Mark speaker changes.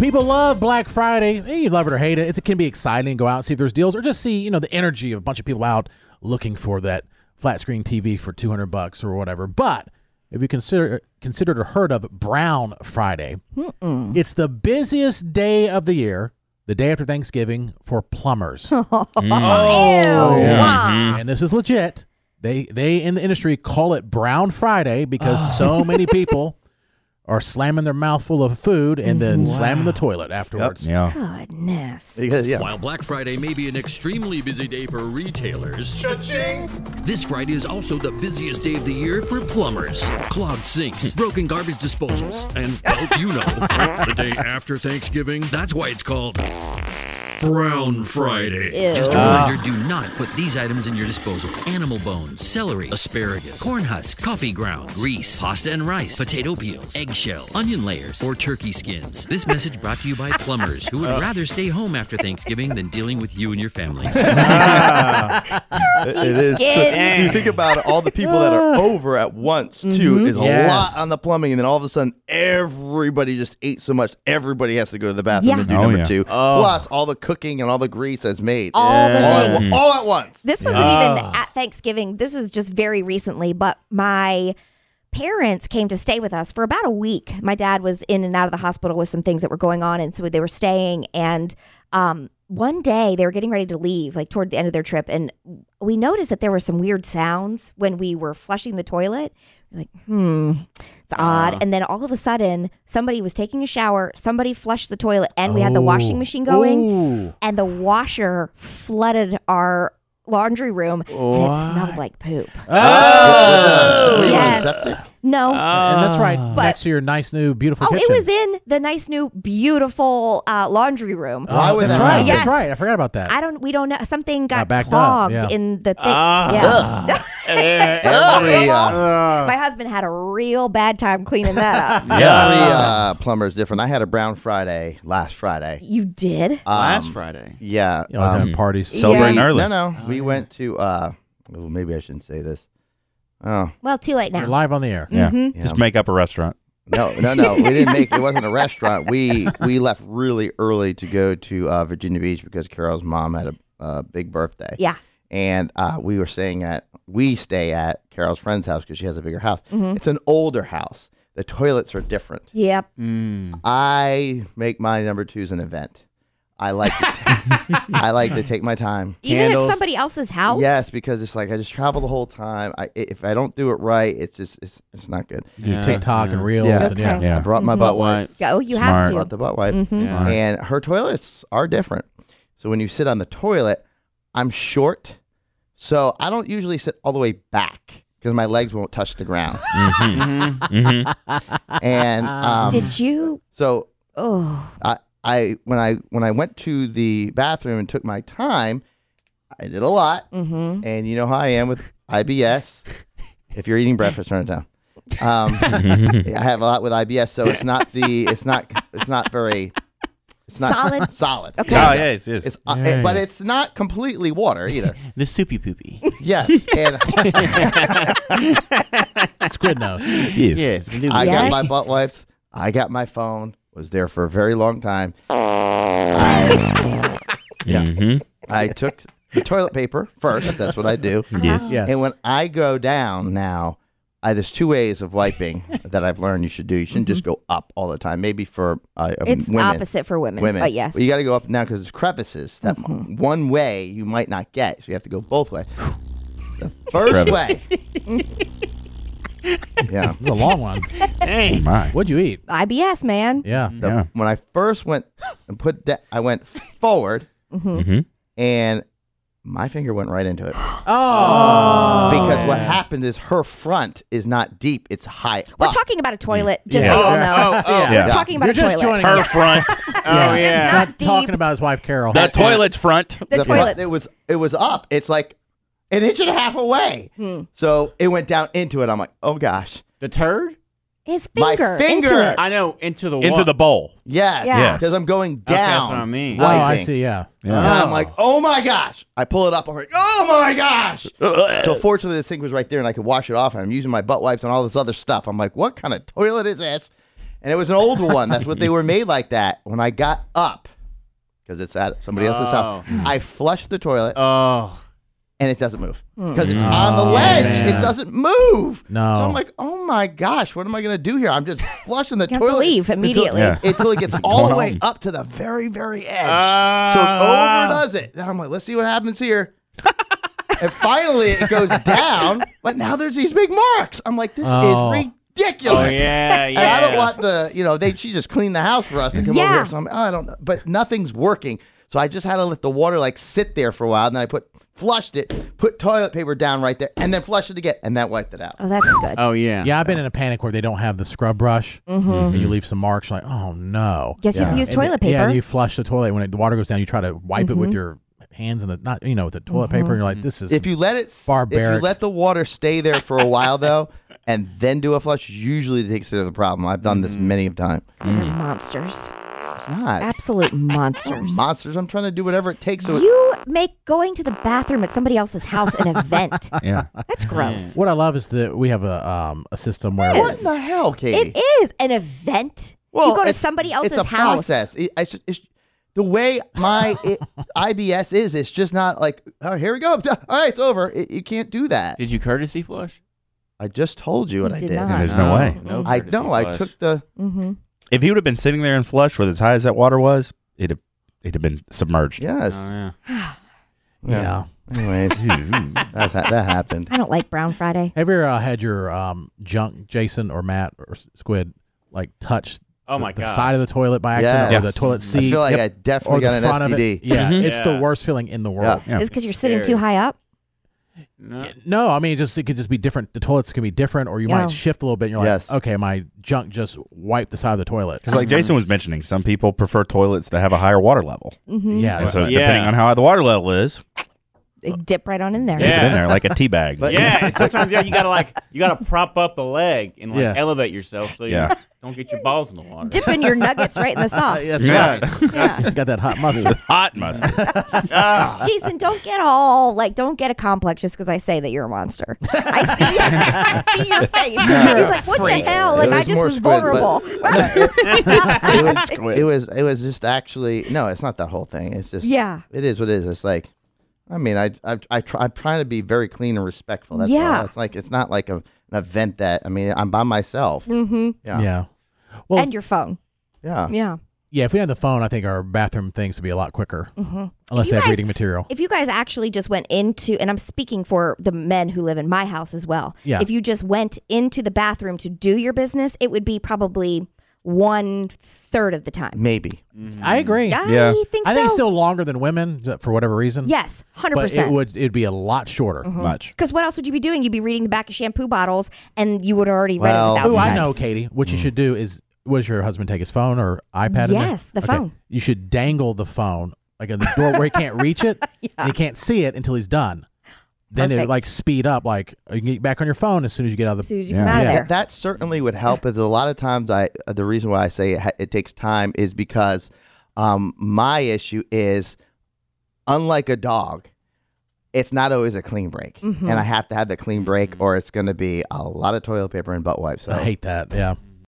Speaker 1: People love Black Friday. Eh, You love it or hate it. It's, it can be exciting. Go out, see if there's deals, or just see, you know, the energy of a bunch of people out looking for that flat screen TV for 200 bucks or whatever. But if you consider considered or heard of Brown Friday, it's the busiest day of the year, the day after Thanksgiving for plumbers.
Speaker 2: Mm.
Speaker 3: Oh,
Speaker 1: And this is legit. They they in the industry call it Brown Friday because
Speaker 3: Oh.
Speaker 1: so many people are slamming their mouthful of food and then
Speaker 3: Mm-hmm.
Speaker 1: slamming the toilet afterwards.
Speaker 2: Yeah.
Speaker 3: Goodness.
Speaker 4: Because, yeah.
Speaker 5: While Black Friday may be an extremely busy day for retailers, this Friday is also the busiest day of the year for plumbers. Clogged sinks, broken garbage disposals, and, well, you know, the day after Thanksgiving. That's why it's called Brown Friday.
Speaker 3: Ew.
Speaker 5: Just a reminder do not put these items in your disposal animal bones, celery, asparagus, corn husks, coffee grounds, grease, pasta and rice, potato peels, eggshell, onion layers, or turkey skins. This message brought to you by plumbers who would rather stay home after Thanksgiving than dealing with you and your family.
Speaker 3: Turkey
Speaker 2: It is.
Speaker 3: skin.
Speaker 2: you think about it, all the people that are over at once too
Speaker 3: Mm-hmm.
Speaker 2: is
Speaker 1: Yes.
Speaker 2: a lot on the plumbing, and then all of a sudden everybody just ate so much, everybody has to go to the bathroom
Speaker 3: Yeah.
Speaker 2: and do
Speaker 6: Oh,
Speaker 2: number
Speaker 6: yeah.
Speaker 2: two. Plus all the cooking and all the grease that's made.
Speaker 3: All the
Speaker 2: All
Speaker 3: things.
Speaker 2: at, all at once.
Speaker 3: This wasn't even at Thanksgiving. This was just very recently, but my parents came to stay with us for about a week. My dad was in and out of the hospital with some things that were going on, and so they were staying. And um, one day they were getting ready to leave, like toward the end of their trip, and we noticed that there were some weird sounds when we were flushing the toilet. We're like, hmm, it's odd. and then all of a sudden, somebody was taking a shower, somebody flushed the toilet, and we had the
Speaker 2: Oh.
Speaker 3: washing machine going
Speaker 1: Ooh.
Speaker 3: and the washer flooded our laundry room and it smelled like poop.
Speaker 2: What was Oh, that? Oh.
Speaker 3: yes.
Speaker 2: Were you on septic?
Speaker 3: No.
Speaker 1: and that's right
Speaker 3: But-
Speaker 1: next to your nice new beautiful
Speaker 3: oh,
Speaker 1: kitchen.
Speaker 3: it was in the nice new beautiful uh, laundry room.
Speaker 1: Why would that's
Speaker 2: that
Speaker 1: right.
Speaker 3: happen?
Speaker 1: That's
Speaker 3: Yes.
Speaker 1: right. I forgot about that.
Speaker 3: I don't we don't know something
Speaker 1: Got
Speaker 3: got
Speaker 1: backed up,
Speaker 3: clogged
Speaker 1: yeah.
Speaker 3: in the thing.
Speaker 2: Ah.
Speaker 3: yeah.
Speaker 2: Every, uh,
Speaker 3: My husband had a real bad time cleaning that up.
Speaker 2: every uh, plumber's different. I had a brown Friday last Friday.
Speaker 3: you did?
Speaker 2: Um,
Speaker 7: Last Friday.
Speaker 2: Yeah.
Speaker 1: you know, I was
Speaker 2: um,
Speaker 1: having parties.
Speaker 3: So-
Speaker 6: Celebrating
Speaker 3: Yeah.
Speaker 2: No,
Speaker 6: early.
Speaker 2: no. we went to. uh well, Maybe I shouldn't say this. Oh
Speaker 3: Well, too late
Speaker 1: You're
Speaker 3: now.
Speaker 1: live on the air.
Speaker 6: Yeah.
Speaker 2: Mm-hmm.
Speaker 3: Mhm.
Speaker 6: Just make up a restaurant.
Speaker 2: no, no, no. We didn't make. It wasn't a restaurant. We we left really early to go to uh, Virginia Beach because Carol's mom had a uh, big birthday.
Speaker 3: Yeah.
Speaker 2: And uh, we were staying at we stay at Carol's friend's house because she has a bigger house.
Speaker 3: Mm-hmm.
Speaker 2: It's an older house. The toilets are different.
Speaker 3: Yep.
Speaker 2: Mm. I make my number twos an event. I like to ta- I like to take my time.
Speaker 3: Even
Speaker 7: Candles.
Speaker 3: at somebody else's house?
Speaker 2: Yes, because it's like I just travel the whole time. I if I don't do it right, it's just it's, it's not good.
Speaker 1: You do TikTok and reels
Speaker 2: Yeah.
Speaker 1: and yeah.
Speaker 3: Okay.
Speaker 2: I
Speaker 6: Yeah.
Speaker 2: brought my butt wipe.
Speaker 3: Oh, you
Speaker 6: Smart.
Speaker 3: have to. Mm-hmm.
Speaker 2: Brought the butt wipe.
Speaker 6: Smart.
Speaker 2: And her toilets are different. So when you sit on the toilet, I'm short, so I don't usually sit all the way back because my legs won't touch the ground.
Speaker 6: Mm-hmm.
Speaker 2: and um,
Speaker 3: Did you?
Speaker 2: so
Speaker 3: Oh.
Speaker 2: I, I when I when I went to the bathroom and took my time, I did a lot,
Speaker 3: Mm-hmm.
Speaker 2: and you know how I am with IBS. if you're eating breakfast, turn it down. Um, I have a lot with IBS, so it's not the it's not it's not very it's not
Speaker 3: Solid?
Speaker 2: solid.
Speaker 3: Okay.
Speaker 6: Oh, yes, yes.
Speaker 2: It's uh, it- but it's not completely water either.
Speaker 7: The soupy poopy.
Speaker 2: Yes, and
Speaker 1: Squid nose.
Speaker 6: yes.
Speaker 7: the
Speaker 2: I got
Speaker 3: Yes.
Speaker 2: my butt wipes. I got my phone. Was there for a very long time. I- yeah,
Speaker 6: Mhm.
Speaker 2: I took the toilet paper first. That's what I do.
Speaker 6: Yes.
Speaker 1: Yes.
Speaker 2: And when I go down now, I, there's two ways of wiping that I've learned you should do. You shouldn't just go up all the time. Maybe for uh, um,
Speaker 3: It's
Speaker 2: women.
Speaker 3: opposite for women.
Speaker 2: Women,
Speaker 3: But yes. Mm-hmm.
Speaker 2: you got to go up now because there's crevices that one way you might not get, so you have to go both ways. The first
Speaker 6: Crevice.
Speaker 2: way, yeah.
Speaker 1: It's a long one.
Speaker 6: My.
Speaker 1: What'd you eat?
Speaker 3: IBS, man.
Speaker 1: Yeah.
Speaker 2: The-
Speaker 6: Yeah.
Speaker 2: When I first went and put that, I went forward,
Speaker 6: Mhm.
Speaker 2: and my finger went right into it
Speaker 1: Oh.
Speaker 2: because what happened is her front is not deep; it's high.
Speaker 3: We're
Speaker 2: up.
Speaker 3: talking about a toilet, just so
Speaker 1: Yeah.
Speaker 3: you all know.
Speaker 7: Oh, oh.
Speaker 3: We're
Speaker 6: Yeah.
Speaker 3: talking about
Speaker 1: You're
Speaker 3: a
Speaker 1: just
Speaker 3: toilet.
Speaker 1: joining
Speaker 6: Her
Speaker 1: us.
Speaker 6: front.
Speaker 7: Oh,
Speaker 1: It's
Speaker 7: yeah.
Speaker 1: Not
Speaker 3: deep.
Speaker 1: talking about his wife Carol.
Speaker 6: The toilet's front.
Speaker 3: the,
Speaker 2: the
Speaker 3: toilet.
Speaker 2: front, it was it was up. It's like an inch and a half away.
Speaker 3: Hmm.
Speaker 2: So it went down into it. I'm like, oh gosh,
Speaker 7: The turd?
Speaker 3: His
Speaker 2: My
Speaker 3: finger,
Speaker 2: finger.
Speaker 3: into it.
Speaker 7: I know, into the
Speaker 6: Into
Speaker 7: wa-
Speaker 6: the bowl.
Speaker 2: yes,
Speaker 3: Yeah. Yes.
Speaker 2: because I'm going
Speaker 7: Okay,
Speaker 2: down.
Speaker 7: that's what I mean.
Speaker 1: oh, I
Speaker 2: wiping.
Speaker 1: see. Yeah.
Speaker 2: And I'm like, oh my gosh. I pull it up. I'm like, oh my gosh. so fortunately, the sink was right there and I could wash it off. And I'm using my butt wipes and all this other stuff. I'm like, what kind of toilet is this? and it was an old one. That's what they were made like that. When I got up, because it's at somebody else's house, I flushed the toilet
Speaker 7: Oh.
Speaker 2: and it doesn't move because it's on the ledge. It doesn't move.
Speaker 1: No.
Speaker 2: so I'm like, oh my gosh, what am I gonna do here? I'm just flushing the
Speaker 3: You have to
Speaker 2: toilet.
Speaker 3: leave immediately.
Speaker 6: Yeah.
Speaker 2: Until, until it gets all the
Speaker 6: going
Speaker 2: way
Speaker 6: on?
Speaker 2: up to the very, very edge. so it
Speaker 7: Ah.
Speaker 2: overdoes it. Then I'm like, let's see what happens here. and finally, it goes down. But now there's these big marks. I'm like, this
Speaker 1: Oh.
Speaker 2: is ridiculous.
Speaker 7: Oh, yeah, yeah.
Speaker 2: And I don't want the, you know, they she just cleaned the house for us to come over
Speaker 3: Yeah.
Speaker 2: here. So I'm, I don't know, but nothing's working. So I just had to let the water like sit there for a while, and then I put flushed it, put toilet paper down right there, and then flushed it again, and that wiped it out.
Speaker 3: Oh, that's good.
Speaker 7: Oh, yeah.
Speaker 1: Yeah, I've been in a panic where they don't have the scrub brush, and you leave some marks. Like, oh no.
Speaker 3: Guess you have to use
Speaker 1: And the-
Speaker 3: Mm-hmm. toilet paper. Mm-hmm.
Speaker 1: Yeah, and you flush the toilet when it, the water goes down. You try to wipe it with your hands and the not, you know, with the toilet paper. And you're like, this is
Speaker 2: If you let it, s- if you
Speaker 1: Barbaric.
Speaker 2: let the water stay there for a while though, and then do a flush, usually takes care of the problem. I've done
Speaker 1: Mm-hmm.
Speaker 2: this many of time.
Speaker 3: These are monsters.
Speaker 2: It's not
Speaker 3: Absolute monsters.
Speaker 2: monsters. I'm trying to do whatever it takes. So it,
Speaker 3: you make going to the bathroom at somebody else's house an event.
Speaker 6: Yeah.
Speaker 3: That's gross.
Speaker 1: what I love is that we have a um a system where
Speaker 2: what in the hell, Katie?
Speaker 3: It is an event. you go to
Speaker 2: it's-
Speaker 3: somebody else's
Speaker 2: it's a
Speaker 3: house.
Speaker 2: Process. It- I should- it's- the way my it, IBS is, it's just not like, oh, here we go. All right, it's over. It- you can't do that.
Speaker 7: Did you courtesy flush?
Speaker 2: I just told you what
Speaker 3: You
Speaker 2: I
Speaker 3: did
Speaker 2: did.
Speaker 3: not.
Speaker 6: There's no way.
Speaker 7: No
Speaker 2: I
Speaker 7: courtesy
Speaker 2: know. I
Speaker 7: flush. Oh,
Speaker 2: took the.
Speaker 3: Mm-hmm.
Speaker 6: If he would have been sitting there and flush with as high as that water was, it'd have, it'd have been submerged.
Speaker 2: Yes.
Speaker 7: Oh, yeah.
Speaker 1: yeah.
Speaker 2: Anyways, that, ha- that happened.
Speaker 3: I don't like Brown Friday.
Speaker 1: Have you ever uh, had your um junk, Jason or Matt or S- Squid, like touch
Speaker 7: Oh,
Speaker 1: the-
Speaker 7: my
Speaker 1: the,
Speaker 7: God.
Speaker 1: side of the toilet by accident
Speaker 2: Yes.
Speaker 1: or the toilet
Speaker 2: I
Speaker 1: seat?
Speaker 2: feel like
Speaker 1: Yep.
Speaker 2: I
Speaker 1: or
Speaker 2: definitely
Speaker 1: the
Speaker 2: got an
Speaker 1: front of
Speaker 2: STD.
Speaker 1: it. Yeah, it's the
Speaker 7: Mm-hmm. Yeah.
Speaker 1: worst feeling in the world.
Speaker 6: Yeah.
Speaker 3: Is because you're sitting
Speaker 7: Scary.
Speaker 3: too high up?
Speaker 7: No.
Speaker 1: No, I mean, just it could just be different. The toilets can be different, or you
Speaker 3: Yeah.
Speaker 1: might shift a little bit. and You're like,
Speaker 2: Yes.
Speaker 1: okay, my junk just wiped the side of the toilet.
Speaker 6: Because like Jason was mentioning, some people prefer toilets that have a higher water level.
Speaker 3: Mm-hmm.
Speaker 1: yeah,
Speaker 6: And
Speaker 1: it's-
Speaker 6: so
Speaker 7: Yeah.
Speaker 6: depending on how high the water level is,
Speaker 3: They dip right on in there.
Speaker 6: you put it in
Speaker 7: Yeah.
Speaker 6: there like a tea bag.
Speaker 2: But-
Speaker 7: Yeah, and sometimes yeah, you gotta like you gotta prop up a leg and like
Speaker 1: Yeah.
Speaker 7: elevate yourself so you
Speaker 6: Yeah.
Speaker 7: don't get your balls in the water.
Speaker 3: Dipping your nuggets right in the sauce.
Speaker 2: Yes.
Speaker 6: Yeah.
Speaker 3: Yeah.
Speaker 1: got that hot mustard.
Speaker 6: Hot mustard.
Speaker 3: Jason, don't get all like, don't get a complex just because I say that you're a monster. I see, I see your face. He's like, what the hell? Like,
Speaker 2: It
Speaker 3: I
Speaker 2: was
Speaker 3: just
Speaker 2: more
Speaker 3: was
Speaker 2: squid,
Speaker 3: vulnerable.
Speaker 2: It was, it was. It was just actually. No, it's not that whole thing. It's just.
Speaker 3: Yeah.
Speaker 2: It is what it is. It's like. I mean, I I, I try, I'm trying to be very clean and respectful. That's
Speaker 3: Yeah.
Speaker 2: all. It's like it's not like a, an event that I mean I'm by myself.
Speaker 3: hmm
Speaker 2: Yeah.
Speaker 1: yeah. Well,
Speaker 3: and your phone.
Speaker 2: Yeah.
Speaker 3: Yeah.
Speaker 1: yeah. If we had the phone, I think our bathroom things would be a lot quicker,
Speaker 3: Mhm.
Speaker 1: unless
Speaker 3: You
Speaker 1: they have
Speaker 3: guys-
Speaker 1: reading material.
Speaker 3: If you guys actually just went into, and I'm speaking for the men who live in my house as well.
Speaker 1: Yeah.
Speaker 3: If you just went into the bathroom to do your business, it would be probably one third of the time.
Speaker 2: Maybe.
Speaker 1: I agree.
Speaker 3: I
Speaker 6: Yeah.
Speaker 3: think so.
Speaker 1: I think it's still longer than women th- for whatever reason.
Speaker 3: Yes, hundred
Speaker 1: but it
Speaker 3: percent. Mm-hmm.
Speaker 1: would it'd be a lot shorter.
Speaker 6: Much.
Speaker 3: Because what else would you be doing? You'd be reading the back of shampoo bottles, and you would already read
Speaker 2: Well-
Speaker 3: it
Speaker 1: Oh,
Speaker 3: a thousand
Speaker 1: I
Speaker 3: times.
Speaker 1: know, Katie. What you should do is, was your husband take his phone or iPad? in there?
Speaker 3: Yes, the phone.
Speaker 1: You should dangle the phone like at the door where he can't reach it. and he can't see it until he's done. Then it
Speaker 3: Perfect.
Speaker 1: like speed up. Like you can get back on your phone as soon as you get out of
Speaker 3: As
Speaker 1: the.
Speaker 3: soon as you
Speaker 6: Yeah.
Speaker 3: come out of
Speaker 1: Yeah.
Speaker 3: there.
Speaker 2: That certainly would help. But a lot of times, I the reason why I say it, ha- it takes time is because um, my issue is, unlike a dog, it's not always a clean break,
Speaker 3: Mm-hmm.
Speaker 2: and I have to have the clean break, or it's going to be a lot of toilet paper and butt wipes. So
Speaker 1: I hate that. Yeah.